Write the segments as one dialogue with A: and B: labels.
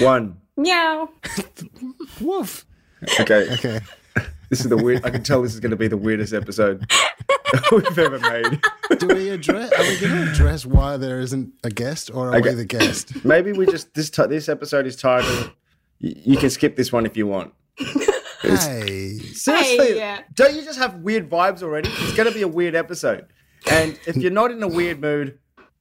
A: One.
B: Meow.
C: Woof.
A: Okay.
C: Okay.
A: This is the weird. I can tell this is going to be the weirdest episode we've ever made.
C: Do we address? Are we going to address why there isn't a guest, or are
A: Okay.
C: we the guest?
A: Maybe we just this ti this episode is titled. You, you can skip this one if you want.
C: hey.
A: Seriously,
B: yeah.
A: don't you just have weird vibes already? It's going to be a weird episode, and if you're not in a weird mood,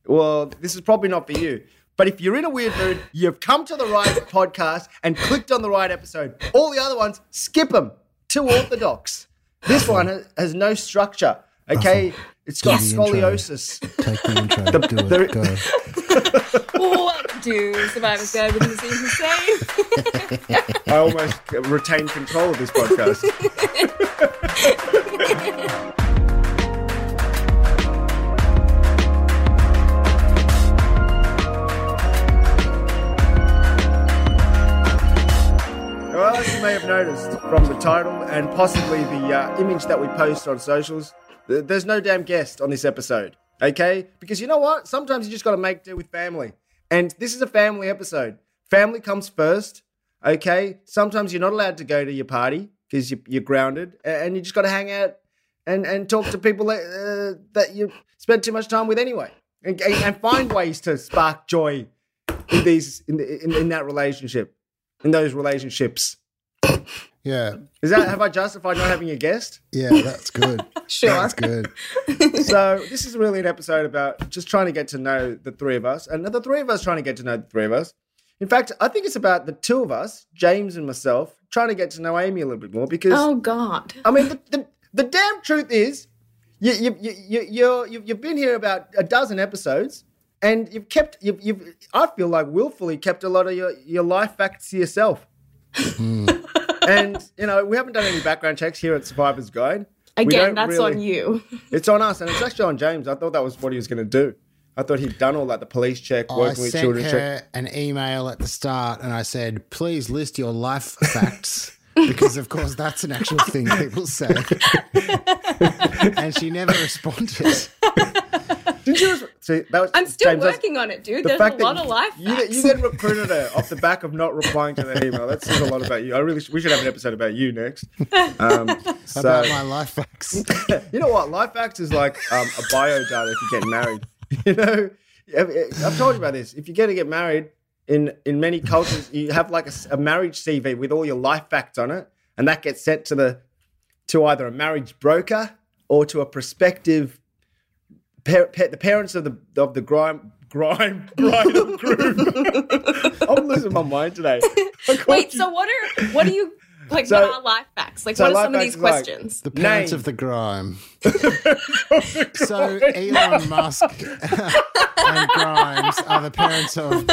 A: well, this is probably not for you. But if you're in a weird mood, you've come to the right podcast and clicked on the right episode. All the other ones, skip them. Too orthodox. This one has, has no structure. Okay, it's got
C: Yes.
A: scoliosis.
C: Take the intro. do it.
A: the-
C: Go.
B: What do Survivor's Guide within the season say?
A: I almost retain control of this podcast. well, as you may have noticed from the title and possibly the uh, image that we post on socials, th- there's no damn guest on this episode, okay? Because you know what? Sometimes you just got to make do with family. And this is a family episode. Family comes first okay? Sometimes you're not allowed to go to your party because you, you're grounded, a- and you just got to hang out and, and talk to people that, uh, that you spend too much time with anyway, and, and, and find ways to spark joy in these in, the, in in that relationship, in those relationships.
C: Yeah.
A: Is that have I justified not having a guest?
C: Yeah. That's good.
B: Sure.
C: That's good.
A: So this is really an episode about just trying to get to know the three of us, and the three of us trying to get to know the three of us. In fact, I think it's about the two of us, James and myself, trying to get to know Amy a little bit more because
B: Oh God.
A: I mean, the, the, the damn truth is, you, you, you, you, you're, you've, you've been here about a dozen episodes, and you've kept, you've, you've I feel like willfully kept a lot of your, your life facts to yourself.
B: Hmm.
A: and, you know, we haven't done any background checks here at Survivor's Guide. We
B: Again,
A: don't
B: that's
A: really-
B: on you.
A: It's on us, and it's actually on James. I thought that was what he was going to do. I thought he'd done all that the police check,
C: Oh, I
A: working with
C: sent
A: children check.
C: her an email at the start, and I said, "Please list your life facts." Because of course that's an actual thing people say, and she never responded.
A: Did you? See, that was,
B: I'm still
A: James, that's-
B: working on it, dude.
A: the
B: There's
A: fact
B: a lot
A: that
B: of life
A: you,
B: facts.
A: you then recruited her off the back of not replying to that email. That says a lot about you. I really sh- we should have an episode about you next. Um, so
C: About my life facts.
A: you know what? Life Facts is like um, a bio data if you get married. You know, eh, I've, I've told you about this. If you're going to get married in in many cultures, you have like a, s- a marriage CV with all your life facts on it, and that gets sent to the to either a marriage broker or to a prospective par- pa- the parents of the of the grime grime bride and groom. I'm losing my mind today. I can't
B: Wait.
A: ju-
B: So what are what are you like?
A: So-
B: what are life facts? Like
A: so
B: what are
A: life
B: some of
A: facts
B: these
A: is like-
B: questions?
C: The parents
A: Name.
C: of the grime. so Elon Musk and Grimes are the parents of.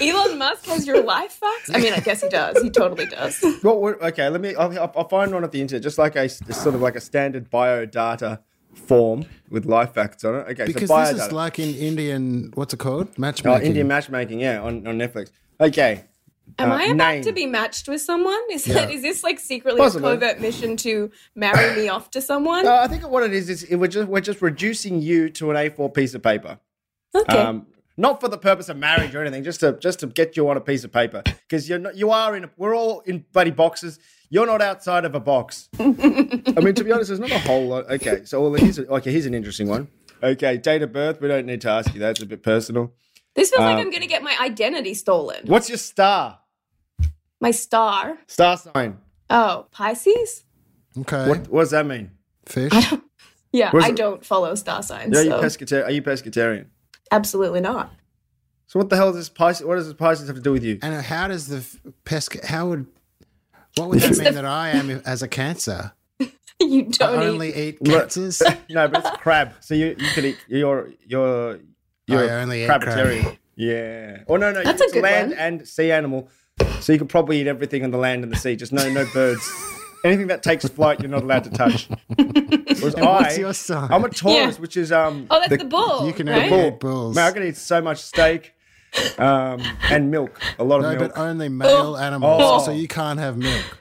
B: Elon Musk has your life facts. I mean, I guess he does. He totally does.
A: What would, okay, let me. I'll, I'll- I'll find one off the internet, just like a s- sort of like a standard bio data form with life facts on it. Okay,
C: Because
A: so bio
C: this is
A: data.
C: like in Indian, what's it called?
A: oh,
C: Matchmaking.
A: Indian matchmaking, yeah, on, on Netflix. Okay,
B: Am
A: Uh,
B: I about
A: name.
B: to be matched with someone? Is
C: Yeah.
B: that is this like secretly a
A: Possibly.
B: covert mission to marry me off to someone?
A: Uh, I think what it is is it, we're just we're just reducing you to an A4 piece of paper.
B: okay.
A: Um, not for the purpose of marriage or anything, just to just to get you on a piece of paper because you're not, you are in. A, we're all in bloody boxes. You're not outside of a box. I mean, to be honest, there's not a whole lot. Okay, so well, here's a, okay, here's an interesting one. Okay, date of birth. We don't need to ask you that. It's a bit personal.
B: this feels like
A: uh,
B: I'm going to get my identity stolen.
A: What's your star?
B: My star.
A: Star sign.
B: Oh, Pisces?
C: Okay.
A: What, what does that mean?
C: Fish.
B: Yeah,
A: Where's
B: I
A: it-
B: don't follow star signs.
A: Are you,
B: so
A: pescatarian? are you pescatarian?
B: absolutely not.
A: So what the hell does Pisces? What does this Pisces have to do with you?
C: And how does the f- pesca? How would? What would that mean that I am if- as a cancer?
B: You
C: I
B: don't eat.
C: only eat cancers.
A: No, but it's crab. So you you could eat. You're you're you're
C: I only eat crab.
A: crabitarian. Yeah. Or no, no,
B: That's
A: it's
B: a good
A: land
B: one.
A: and sea animal. So you could probably eat everything on the land and the sea. Just no, no birds. Anything that takes flight, you're not allowed to touch. Whereas
C: what's
A: I,
C: your sign?
A: I'm a Taurus,
B: Yeah.
A: which is um.
B: Oh, that's the, bull.
C: you can
B: right?
C: only
A: bull.
C: eat bulls.
A: Man, I could eat so much steak, um, and milk. A lot of
C: no,
A: milk.
C: but only male animals.
A: Oh.
C: So you can't have milk.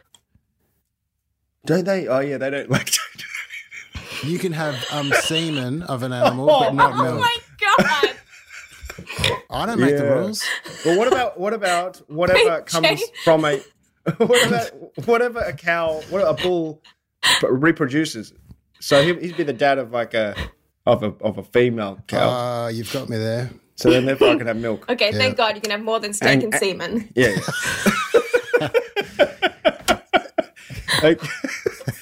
A: Don't they? Oh yeah, they don't like.
C: You can have um, semen of an animal, but not
B: Oh
C: milk.
B: my God.
C: I don't make the
A: Yeah.
C: rules.
A: But what about what about whatever
B: Wait,
A: comes
B: Jay.
A: from a whatever whatever a cow what a bull p- reproduces? So he, he'd be the dad of like a of a of a female cow.
C: Uh, you've got me there.
A: so then therefore I can have milk.
B: Okay,
C: Yeah.
B: thank God you can have more than
A: And-
B: steak and,
A: and-
B: semen.
A: Yeah. okay.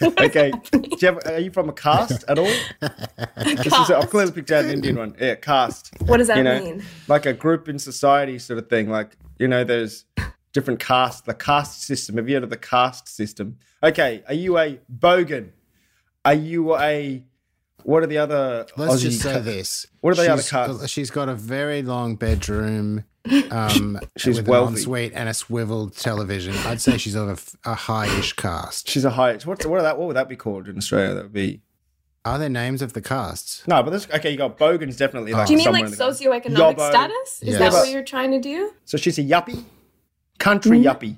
A: okay. Do you have, are you from a caste at all?
B: Uh,
A: This is, I've clearly picked out an Indian one. Yeah, caste.
B: What does that
A: you know,
B: mean?
A: like a group in society sort of thing. Like, you know, there's different castes, the caste system. Have you heard of the caste system? Okay, are you a bogan? Are you a, what are the other
C: Let's
A: Aussie
C: just say
A: ca-
C: this.
A: What are the other
C: She's-
A: cards?
C: She's got a very long bedroom. Um,
A: She's
C: with
A: wealthy.
C: an ensuite and a swiveled television. I'd say she's of a f- a, high-ish cast.
A: She's a high, what's, what, are that, what would that be called in Australia? That would be,
C: Are there names of the casts?
A: no, but this, okay, you got bogan's definitely
C: Oh.
A: like
B: Do you mean
A: somewhere
B: like
A: in the-
B: socioeconomic
A: Yobbo.
B: status? Is
C: Yeah.
B: that
A: Yeah.
B: what you're trying to do?
A: So she's a yuppie, country
B: Mm-hmm.
A: yuppie.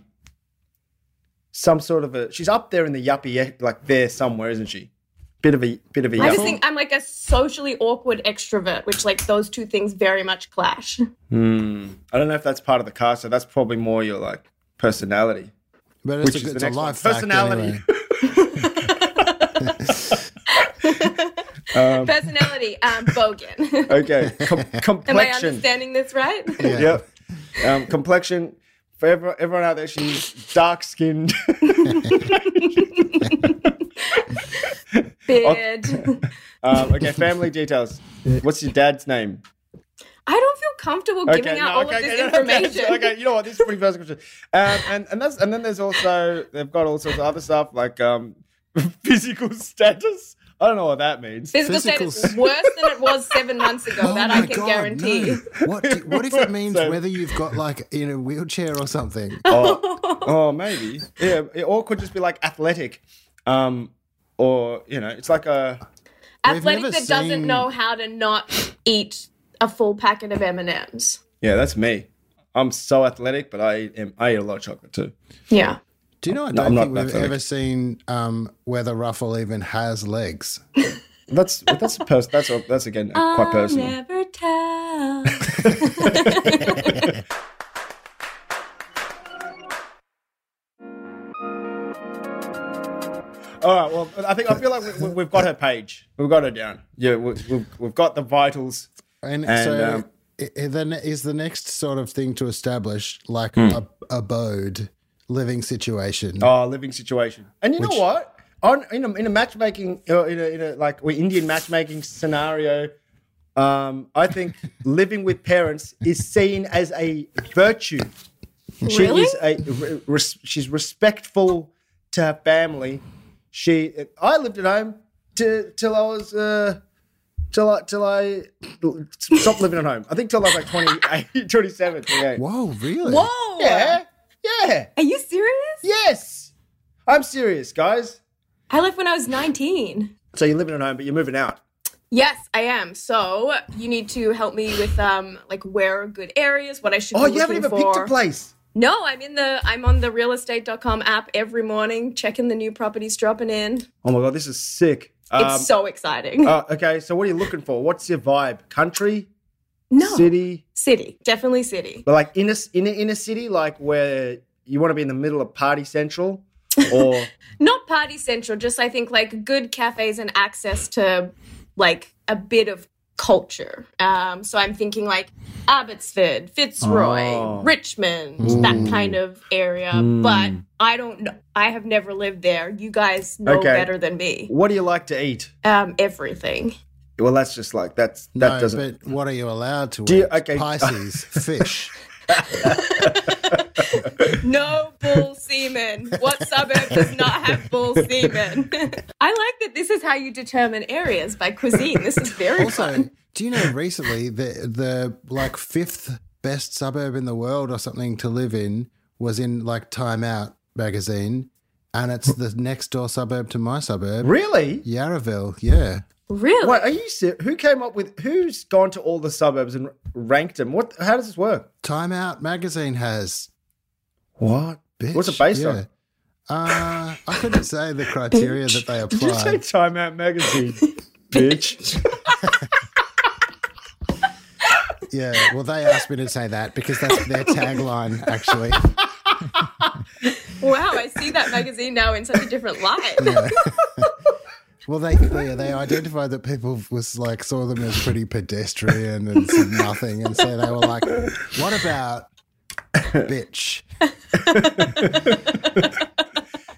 A: Some sort of a. She's up there in the yuppie, like there somewhere, isn't she? Bit of a bit of a
B: I just
A: yuppie.
B: think I'm like a socially awkward extrovert, which like those two things very much clash.
A: I don't know if that's part of the cast. So that's probably more your like personality,
C: But
A: which
C: it's a,
A: is the
C: it's a
A: next one.
C: life fact
A: Personality.
C: anyway.
B: Personality, um, bogan.
A: Okay, Com-
B: Am I
A: complexion.
B: understanding this right?
A: Yep. Um, complexion. For everyone, everyone out there, she's dark skinned.
B: Beard.
A: Um, okay, family details. What's your dad's name?
B: I don't feel comfortable giving out all of this
A: no, no, that's-
B: information.
A: okay, you know what? This is pretty first question. Um, and and that's and then there's also they've got all sorts of other stuff like um, physical status. I don't know what that means.
B: Physical,
C: Physical
B: status is worse than it was seven months ago.
C: Oh
B: that
C: my
B: I can
C: God,
B: guarantee.
C: no. What, do- what if it means
A: So-
C: whether you've got like in a wheelchair or something?
A: Oh, oh, maybe. Yeah, it- or it could just be like athletic, um, or you know, it's like a
B: Athletic
C: never
B: that
C: seen-
B: doesn't know how to not eat a full packet of M and M's.
A: yeah. That's me. I'm so athletic, but I am. I eat a lot of chocolate too.
B: Yeah.
C: Do you know? I
A: No,
C: don't
A: I'm
C: think
A: not
C: we've
A: that
C: ever seen um, whether Ruffle even has legs.
A: That's that's a pers- that's a, that's again quite
B: Um,
A: personal.
B: never tell.
A: All right. Well, I think I feel like we, we- we've got her page. We've got her down. Yeah, we, we've we've got the vitals.
C: And,
A: And,
C: so,
A: um,
C: i- i- then is the next sort of thing to establish like a, abode, living situation.
A: Hmm. Oh, living situation. And you know what? On in a, in a matchmaking, uh, in a, in a like we Indian matchmaking scenario, um, I think living with parents is seen as a virtue. She
B: Really?
A: is a re- res, she's respectful to her family. She I lived at home till till I was uh, till I till I stopped living at home. I think till I was like 28, 27, 28.
C: Whoa, really?
B: Whoa.
A: Yeah, yeah.
B: Are you serious?
A: Yes. I'm serious, guys.
B: I left when I was 19.
A: So you're living at home, but you're moving out.
B: Yes, I am. So you need to help me with um like where are good areas, what I should
A: Oh,
B: be
A: you haven't
B: looking
A: even
B: for.
A: picked a place.
B: No, I'm in the I'm on the realestate.com app every morning, checking the new properties dropping in. It's
A: Oh my god, this is sick. Um,
B: so exciting.
A: uh, okay, so what are you looking for? What's your vibe? Country,
B: no, city.
A: city,
B: definitely city.
A: but like inner inner inner city, like where you want to be in the middle of party central, or
B: Not party central, just I think like good cafes and access to like a bit of culture. Um, so I'm thinking like Abbotsford, Fitzroy,
A: Oh. Hmm.
B: Richmond, that kind of area. But I don't know. I have never lived there. You guys know
A: Okay.
B: better than me.
A: what do you like to eat?
B: Um, everything.
A: Well, that's just like that's that
C: no,
A: doesn't.
C: but what are you allowed to
A: Do you-
C: eat?
A: okay.
C: Pisces, fish.
B: No bull semen. What suburb does not have bull semen? I like that this is how you determine areas by cuisine. This is very
C: Also,
B: fun.
C: do you know recently the the like fifth best suburb in the world or something to live in was in like Time Out magazine, and it's the next door suburb to my suburb,
A: really?
C: Yarraville. Yeah,
B: Really?
A: Wait, are you ser- who came up with who's gone to all the suburbs and ranked them? What? How does this work?
C: Time Out magazine has.
A: What?
C: Bitch,
A: What's it based
C: yeah.
A: on?
C: Uh, I couldn't say the criteria that they
A: Did you say
C: apply.
A: Time Out magazine, bitch?
C: Yeah. Well, they asked me to say that because that's their tagline, actually.
B: Wow, I see that magazine now in such a different light.
C: Well, they they, they identified that people was like saw them as pretty pedestrian and said nothing, and so they were like, "What about bitch?"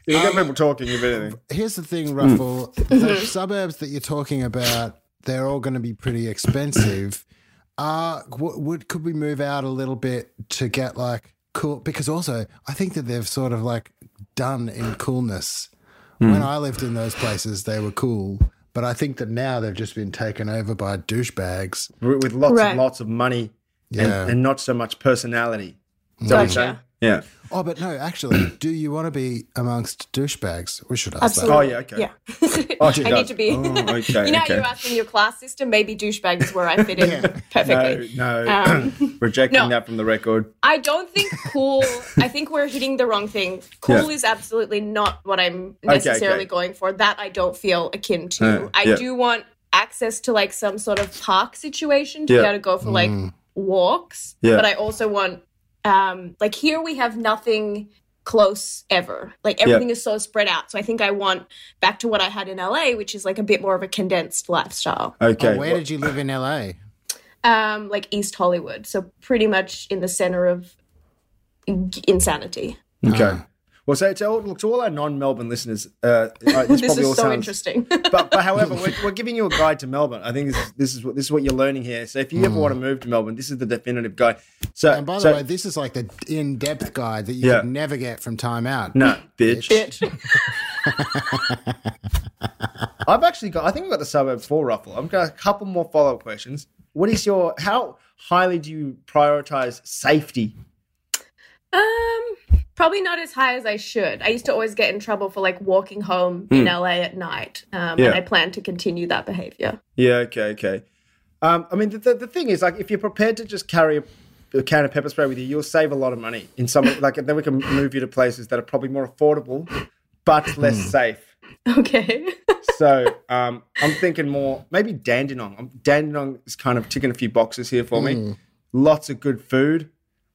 A: You
C: Um,
A: get people talking, if anything.
C: Here's the
A: Mm.
C: thing, Ruffle. The suburbs that you're talking about, they're all going to be pretty expensive. Uh, w- would could we move out a little bit to get like cool? Because also, I think that they've sort of like done in coolness.
A: Hmm.
C: When I lived in those places, they were cool, but I think that now they've just been taken over by douchebags.
A: With with lots
B: Right.
A: and lots of money
C: Yeah.
A: and, and not so much personality. Is that what you're saying?
B: Gotcha.
A: Yeah.
C: Oh, but no, actually, do you want to be amongst douchebags? We should ask
A: Oh,
B: Absolutely.
A: yeah, okay.
B: Yeah.
A: Oh, she
B: I
A: does.
B: need to be.
A: Oh, okay,
B: you know,
A: okay.
B: how you asked in your class system. Maybe douchebag is where I fit in perfectly. Um,
A: No, no. Rejecting
B: no.
A: that from the record.
B: I don't think cool. I think we're hitting the wrong thing. Cool
A: Yeah.
B: is absolutely not what I'm
A: Okay,
B: necessarily
A: okay.
B: going for. That I don't feel akin to.
A: Uh,
B: I
A: yeah.
B: do want access to like some sort of park situation to
A: Yeah.
B: be able to go for like walks.
A: Yeah.
B: But I also want um like here we have nothing close ever. Like everything is so spread out. So I think I want back to what I had in LA, which is like a bit more of a condensed lifestyle.
A: Okay.
C: Oh, where did you live in LA?
B: Um like East Hollywood. So pretty much in the center of insanity.
A: okay.
C: Ah.
A: Well, so to all, look, to all our non-Melbourne listeners, uh, uh, this,
B: This
A: probably
B: is
A: all
B: so
A: sounds,
B: interesting.
A: But, but however, we're, we're giving you a guide to Melbourne. I think this is, this is what this is what you're learning here. So if you ever want to move to Melbourne, this is the definitive guide. So
C: Mm. And by the way, this is like the in-depth guide that you
A: Yeah.
C: could never get from Time Out.
A: no, bitch.
B: Bitch.
A: I've actually got. I think I've got the suburb four ruffle. I've got a couple more follow up questions. What is your? How highly do you prioritize safety?
B: Um, probably not as high as I should. I used to always get in trouble for like walking home in LA at night. Um,
A: Hmm. Yeah.
B: and I plan to continue that behavior.
A: Yeah. Okay. Okay. Um, I mean, the, the, the thing is, like, if you're prepared to just carry a, a can of pepper spray with you, you'll save a lot of money in some. Like, and then we can move you to places that are probably more affordable, but less safe.
B: Okay.
A: So um, I'm thinking more maybe Dandenong. Um, Dandenong is kind of ticking a few boxes here for me. Lots of good food,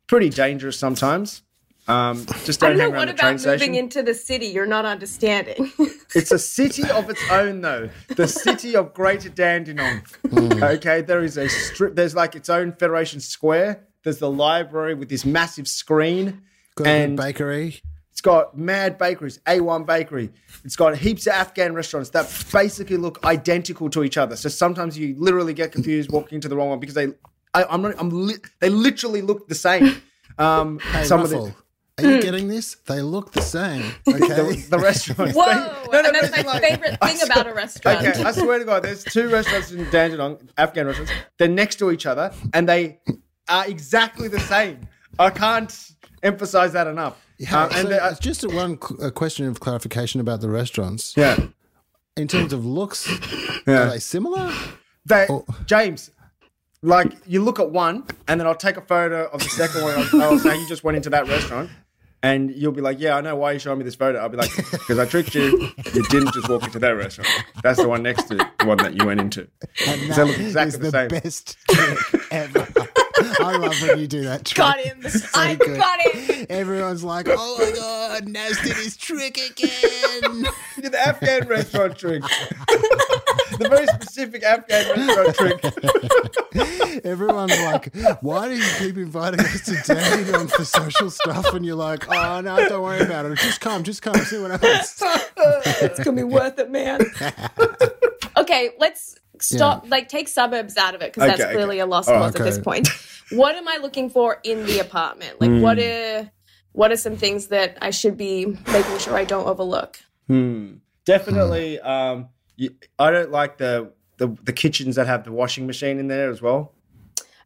A: pretty dangerous sometimes. Um, just
B: I
A: don't,
B: don't know
A: hang around
B: what
A: the
B: about
A: train
B: moving
A: station.
B: into the city. You're not understanding.
A: It's a city of its own, though. The city of Greater Dandenong. Okay, there is a strip. There's like its own Federation Square. There's the library with this massive screen.
C: Got a
A: and
C: good bakery.
A: it's got mad bakeries, A1 bakery. It's got heaps of Afghan restaurants that basically look identical to each other. So sometimes you literally get confused walking into the wrong one because they, I, I'm not, I'm li- they literally look the same. Um,
C: Hey,
A: some of
C: Ruffle,
A: the,
C: are you getting this? They look the same. Okay.
A: the restaurants.
B: Whoa.
A: they- no, no,
B: and that's
A: no,
B: my
A: like-
B: favorite thing about a restaurant.
A: Okay, I swear to God, there's two restaurants in Dandenong, Afghan restaurants. They're next to each other, and they are exactly the same. I can't emphasize that enough.
C: Yeah,
A: Um, and
C: so
A: they are-
C: it's just a one qu- a question of clarification about the restaurants.
A: yeah,
C: In terms of looks, are
A: yeah.
C: they similar?
A: They,
C: Oh.
A: James, like you look at one, and then I'll take a photo of the second one. and I'll, I'll say you just went into that restaurant. And you'll be like, yeah, I know why you showing me this photo. I'll be like, because I tricked you. You didn't just walk into that restaurant. That's the one next to the one that you went into.
C: And
A: They
C: that
A: look
C: is
A: exactly the
C: the
A: same.
C: best trick ever. I love when you do that trick.
B: got him. I
C: good.
B: got him.
C: Everyone's like, "Oh my god, Nas did his trick again."
A: You did the Afghan restaurant trick. the very specific Afghan restaurant trick.
C: Everyone's like, "Why do you keep inviting us to date on for social stuff?" And you're like, "Oh no, don't worry about it. Just come, just come, see what happens."
B: it's gonna be worth it, man. okay, let's stop. Like, take suburbs out of it
A: Okay,
B: because
A: Oh, okay.
B: that's clearly a lost
A: All right.
B: cause at this
C: Okay.
B: point. What am I looking for in the apartment? Like,
A: Hmm.
B: what are what are some things that I should be making sure I don't overlook?
A: Hmm. Definitely. Um, you, I don't like the, the the kitchens that have the washing machine in there as well.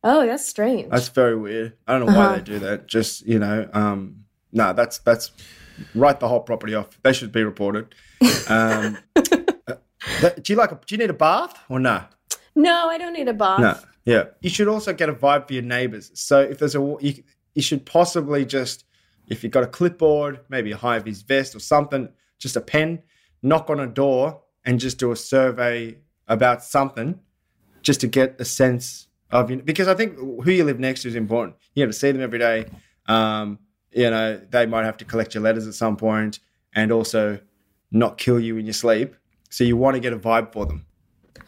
B: Oh, that's strange.
A: That's very weird. I don't know why they do that. Just you know, um, no, that's that's write the whole property off. They should be reported. Um, uh, that- do you like? A, do you need a bath or no?
B: no, I don't need a bath.
A: No. Yeah. You should also get a vibe for your neighbors. So if there's a, wa- you, you should possibly just, if you've got a clipboard, maybe a high vis vest or something, just a pen, knock on a door and just do a survey about something just to get a sense of you because I think who you live next to is important. You have to see them every day. Um, you know, they might have to collect your letters at some point and also not kill you in your sleep. So you want to get a vibe for them.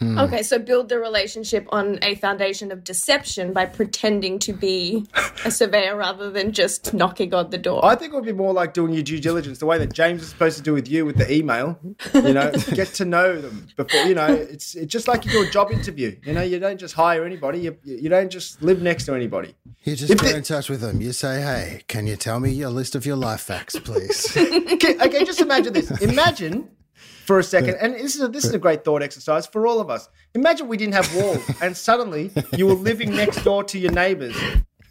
B: Okay, so build the relationship on a foundation of deception by pretending to be a surveyor rather than just knocking on the door.
A: I think it would be more like doing your due diligence, the way that James is supposed to do with you with the email. You know, get to know them before. You know, it's it's just like you do a job interview. You know, you don't just hire anybody. You you don't just live next to anybody.
C: You just get in touch with them. You say, "Hey, can you tell me your list of your life facts, please?"
A: Okay, okay, just imagine this. Imagine for a second, and this is a, this is a great thought exercise for all of us. Imagine we didn't have walls, and suddenly you were living next door to your neighbors,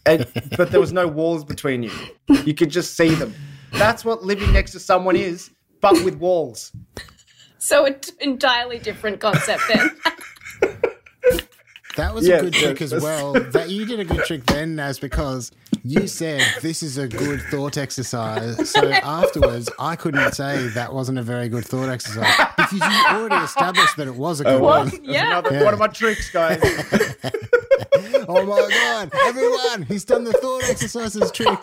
A: and, but there was no walls between you. You could just see them. That's what living next to someone is, but with walls.
B: so an entirely different concept then.
C: That was
A: Yeah,
C: a good
A: yeah,
C: trick as
A: that's-
C: well. That you did a good trick then, Naz, because you said this is a good thought exercise. So afterwards, I couldn't say that wasn't a very good thought exercise because you already established that it was a good
A: Oh, well.
C: one.
B: yeah.
A: Another one of my tricks, guys.
C: Oh my god! Everyone, he's done the thought exercises trick.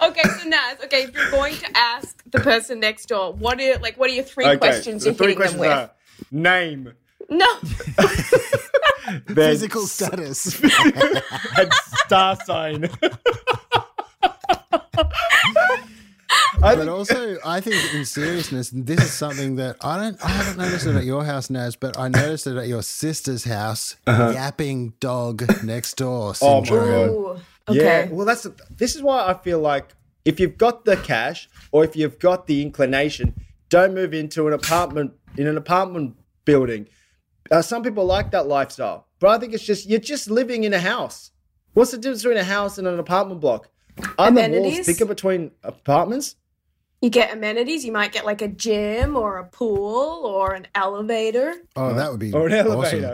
B: Okay, so Naz, okay, if you're going to ask the person next door, what are like what are your three questions
A: the
B: you're hitting them with?
A: name,
B: No.
A: then
C: Physical status.
A: and star sign. I
C: But
A: think
C: also, I think in seriousness, this is something that I don't. I haven't noticed it at your house, Naz, but I noticed it at your sister's house. Yapping dog next door
A: Uh-huh. Oh my
C: syndrome.
A: God.
B: Ooh,
A: Yeah.
B: okay.
A: Well, that's the, this is why I feel like if you've got the cash or if you've got the inclination, don't move into an apartment in an apartment building. Uh, some people like that lifestyle, but I think it's just you're just living in a house. What's the difference between a house and an apartment block? Are the walls
B: Amenities?
A: thicker between apartments?
B: You get amenities, you might get like a gym or a pool or an elevator.
C: Oh, that would be
A: Or an
C: awesome.
A: elevator?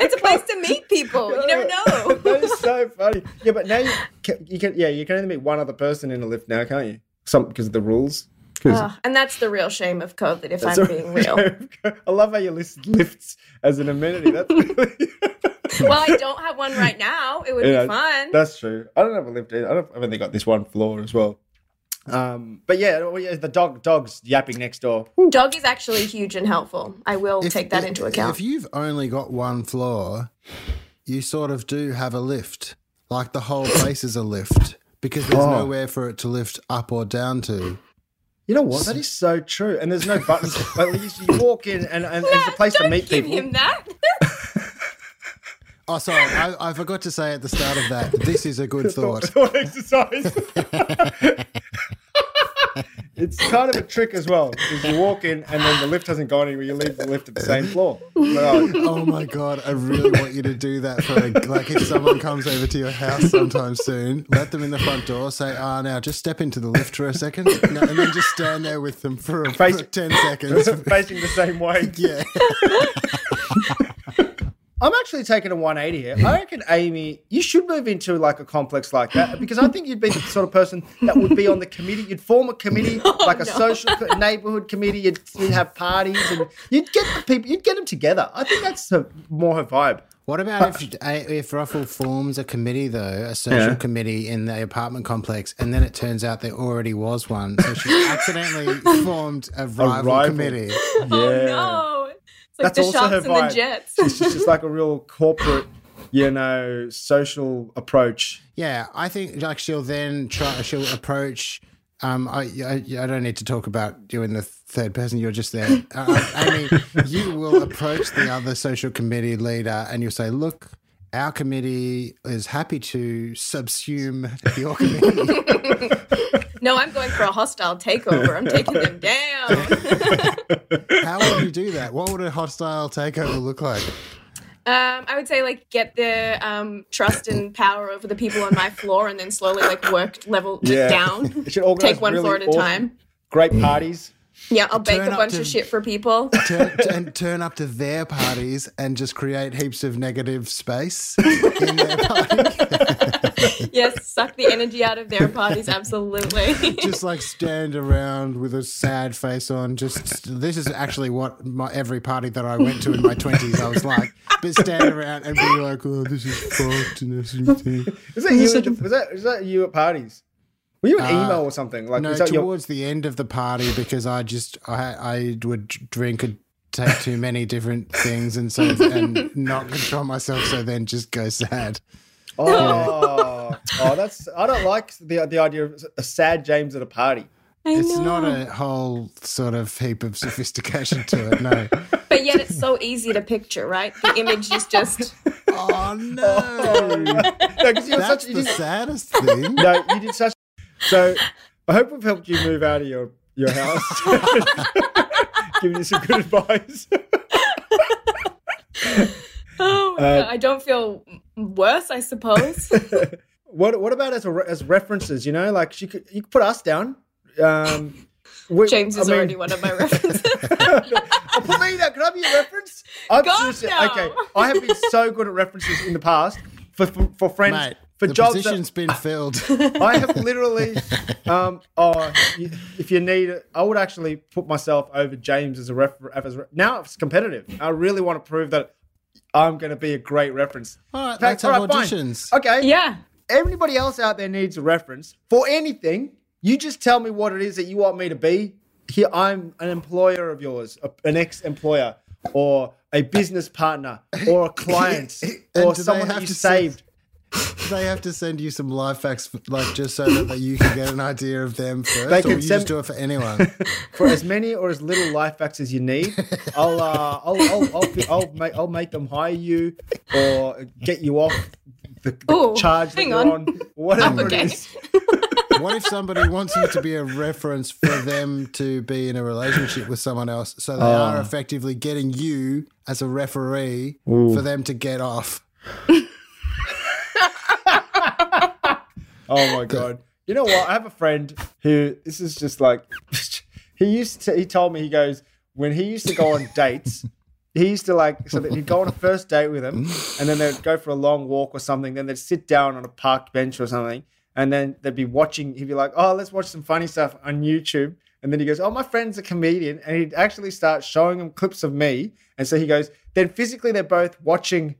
B: It's a place to meet people. Oh, You never know.
A: that is so funny. Yeah, but now you can, you can yeah you can only meet one other person in a lift now, can't you? Some because of the rules.
B: Ah, and that's the real shame of COVID, if I'm
A: Sorry.
B: being real.
A: I love how you list lifts as an amenity. That's really,
B: well, I don't have one right now. It would
A: Yeah,
B: be fun.
A: That's true. I don't have a lift either. I don't. I've only got this one floor as well. Um, but yeah, well, yeah, the dog dogs yapping next door.
B: Dog is actually huge and helpful. I will
C: If-
B: take that
C: if-
B: into account.
C: If you've only got one floor, you sort of do have a lift. Like the whole place is a lift because there's
A: Oh.
C: nowhere for it to lift up or down to.
A: You know what? That is so true. And there's no buttons. but you, you walk in, and, and it's a place to
B: don't
A: meet
B: give
A: people.
B: him that.
C: Oh, sorry, I, I forgot to say at the start of that. This is a good thought.
A: Thought exercise. it's kind of a trick as well. Is you walk in, and then the lift hasn't gone anywhere. You leave the lift at the same floor. Like, oh,
C: Oh my god, I really want you to do that for a, like if someone comes over to your house sometime soon, let them in the front door, say, "Ah, now just step into the lift for a second, no, and then just stand there with them for, a,
A: Face-
C: for ten seconds.
A: facing the same way.
C: yeah.
A: I'm actually taking a 180 here. I reckon, Amy, you should move into like a complex like that because I think you'd be the sort of person that would be on the committee. You'd form a committee,
B: Oh,
A: like a social co- neighborhood committee. You'd, you'd have parties and you'd get the people, you'd get them together. I think that's her, more her vibe.
C: What about if if Ruffle forms a committee though, a social
A: Yeah.
C: committee in the apartment complex, and then it turns out there already was one, so she accidentally formed a rival,
A: rival.
C: committee.
B: Oh no. It's like
A: That's
B: the
A: also
B: shots
A: her
B: and
A: vibe.
B: the jets.
A: It's just, it's like a real corporate, you know, social approach.
C: Yeah, I think like she'll then try. She'll approach. Um, I, I I don't need to talk about you in the third person. You're just there. Uh, Amy, you will approach the other social committee leader and you'll say, "Look, our committee is happy to subsume your committee."
B: No, I'm going for a hostile takeover. I'm taking them down.
C: How would you do that? What would a hostile takeover look like?
B: Um, I would say like get the um, trust and power over the people on my floor, and then slowly like work level
A: Yeah.
B: down.
A: It should organize
B: Take one
A: really
B: floor at a
A: awesome-
B: time.
A: Great
C: Mm.
A: parties.
B: Yeah, I'll bake
C: Turn
B: a
C: up
B: bunch
C: to-
B: of shit for people.
C: Turn, and turn up to their parties and just create heaps of negative space in their party.
B: yes, suck the energy out of their parties. Absolutely.
C: just like stand around with a sad face on. Just this is actually what my every party that I went to in my twenties I was like. But stand around and be like, oh, this is fucked and everything.
A: Is that you? At, was that was that you at parties? Were you an
C: Uh,
A: emo or something? Like
C: no,
A: was that your-
C: towards the end of the party because I just I I would drink and take too many different things and so and not control myself. So then just go sad.
A: oh, oh, that's I don't like the the idea of a sad James at a party.
B: I
C: It's
B: know.
C: not a whole sort of heap of sophistication to it. No.
B: But yet it's so easy to picture, right? The image is just
C: Oh no.
A: No, because you were
C: That's
A: such. You
C: the
A: did,
C: saddest thing.
A: no, you did such. So, I hope we've helped you move out of your your house, giving you some good advice.
B: oh, my
A: Uh,
B: God, I don't feel worse, I suppose.
A: What What about as a, re- as references? You know, like she could you could put us down. Um, we-
B: James
A: I
B: is
A: mean-
B: already one of my references.
A: Oh, put me down. Can I be a reference? I'm
B: God,
A: seriously-
B: no.
A: Okay, I have been so good at references in the past for for, for friends
C: Mate,
A: for
C: the
A: jobs. that-
C: position's been filled.
A: I have literally, um, oh, you- if you need it, I would actually put myself over James as a reference. As a, now it's competitive. I really want to prove that I'm going to be a great reference.
C: All right,
A: In fact,
C: let's have
A: all right, fine.
C: auditions.
A: Okay.
B: yeah.
A: Everybody else out there needs a reference for anything. You just tell me what it is that you want me to be. Here, I'm an employer of yours, a- an ex-employer, or a business partner, or a client,
C: And
A: or
C: do they
A: someone
C: have
A: that you
C: to say-
A: saved.
C: They have to send you some live facts, like just so that, that you can get an idea of them first,
A: They
C: or
A: can
C: you
A: send-
C: just do it for anyone.
A: for as many or as little life hacks as you need. I'll uh, I'll I'll I'll, fi- I'll make I'll make them hire you or get you off the, the
B: Ooh,
A: charge that
B: hang
A: you're on,
B: on.
A: whatever
B: Okay.
A: it is.
C: what if somebody wants you to be a reference for them to be in a relationship with someone else, so they are effectively getting you as a referee for them to get off?
A: Oh my god! You know what? I have a friend who this is just like he used to. He told me he goes when he used to go on dates. He used to like so that he'd go on a first date with him, and then they'd go for a long walk or something. Then they'd sit down on a parked bench or something, and then they'd be watching. He'd be like, "Oh, let's watch some funny stuff on YouTube." And then he goes, "Oh, my friend's a comedian," and he'd actually start showing him clips of me. And so he goes, "Then physically, they're both watching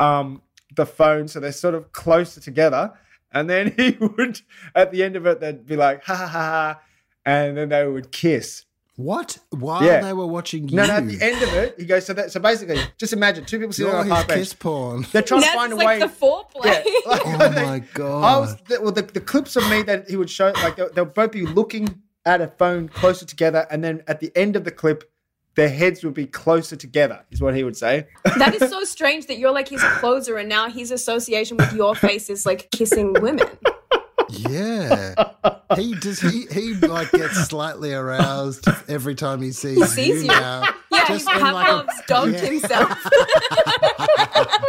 A: um, the phone, so they're sort of closer together. And then he would, at the end of it, they'd be like, ha ha ha, ha and then they would kiss.
C: What? While
A: Yeah.
C: they were watching you,
A: No, no, at the end of it, he goes, so that, so basically, just imagine two people sitting
C: you're
A: on a
C: his
A: park bench.
C: kiss porn.
A: They're trying to
B: That's
A: find a
B: like
A: way.
B: the foreplay.
A: Like,
C: Oh
A: they-
C: my god!
A: I was the, well, the, the clips of me that he would show, like they'll, they'll both be looking at a phone closer together, and then at the end of the clip, their heads would be closer together, is what he would say.
B: That is so strange that you're like his closer and now his association with your face is like kissing women.
C: Yeah. He does he he like gets slightly aroused every time he sees,
B: sees
C: you
B: you.
C: now.
B: Yeah, he's
C: Just in like a-
B: Pavlov's dogged
C: Yeah.
B: himself.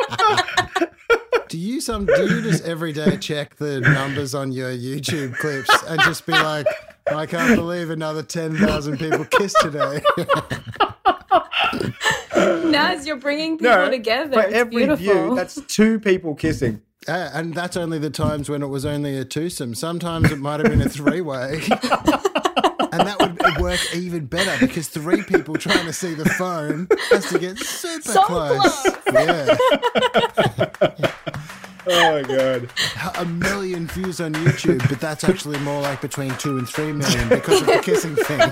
C: Do you some do you just every day check the numbers on your YouTube clips and just be like, I can't believe another ten thousand people kissed today.
B: Naz, you're bringing people together.
A: for
B: It's
A: every
B: beautiful.
A: view, that's two people kissing.
C: Uh, and that's only the times when it was only a twosome. Sometimes it might have been a three way. And that would work even better because three people trying to see the phone has to get super
B: So
C: close. Yeah.
A: Oh my god.
C: a million views on YouTube, but that's actually more like between two and three million because of the kissing thing.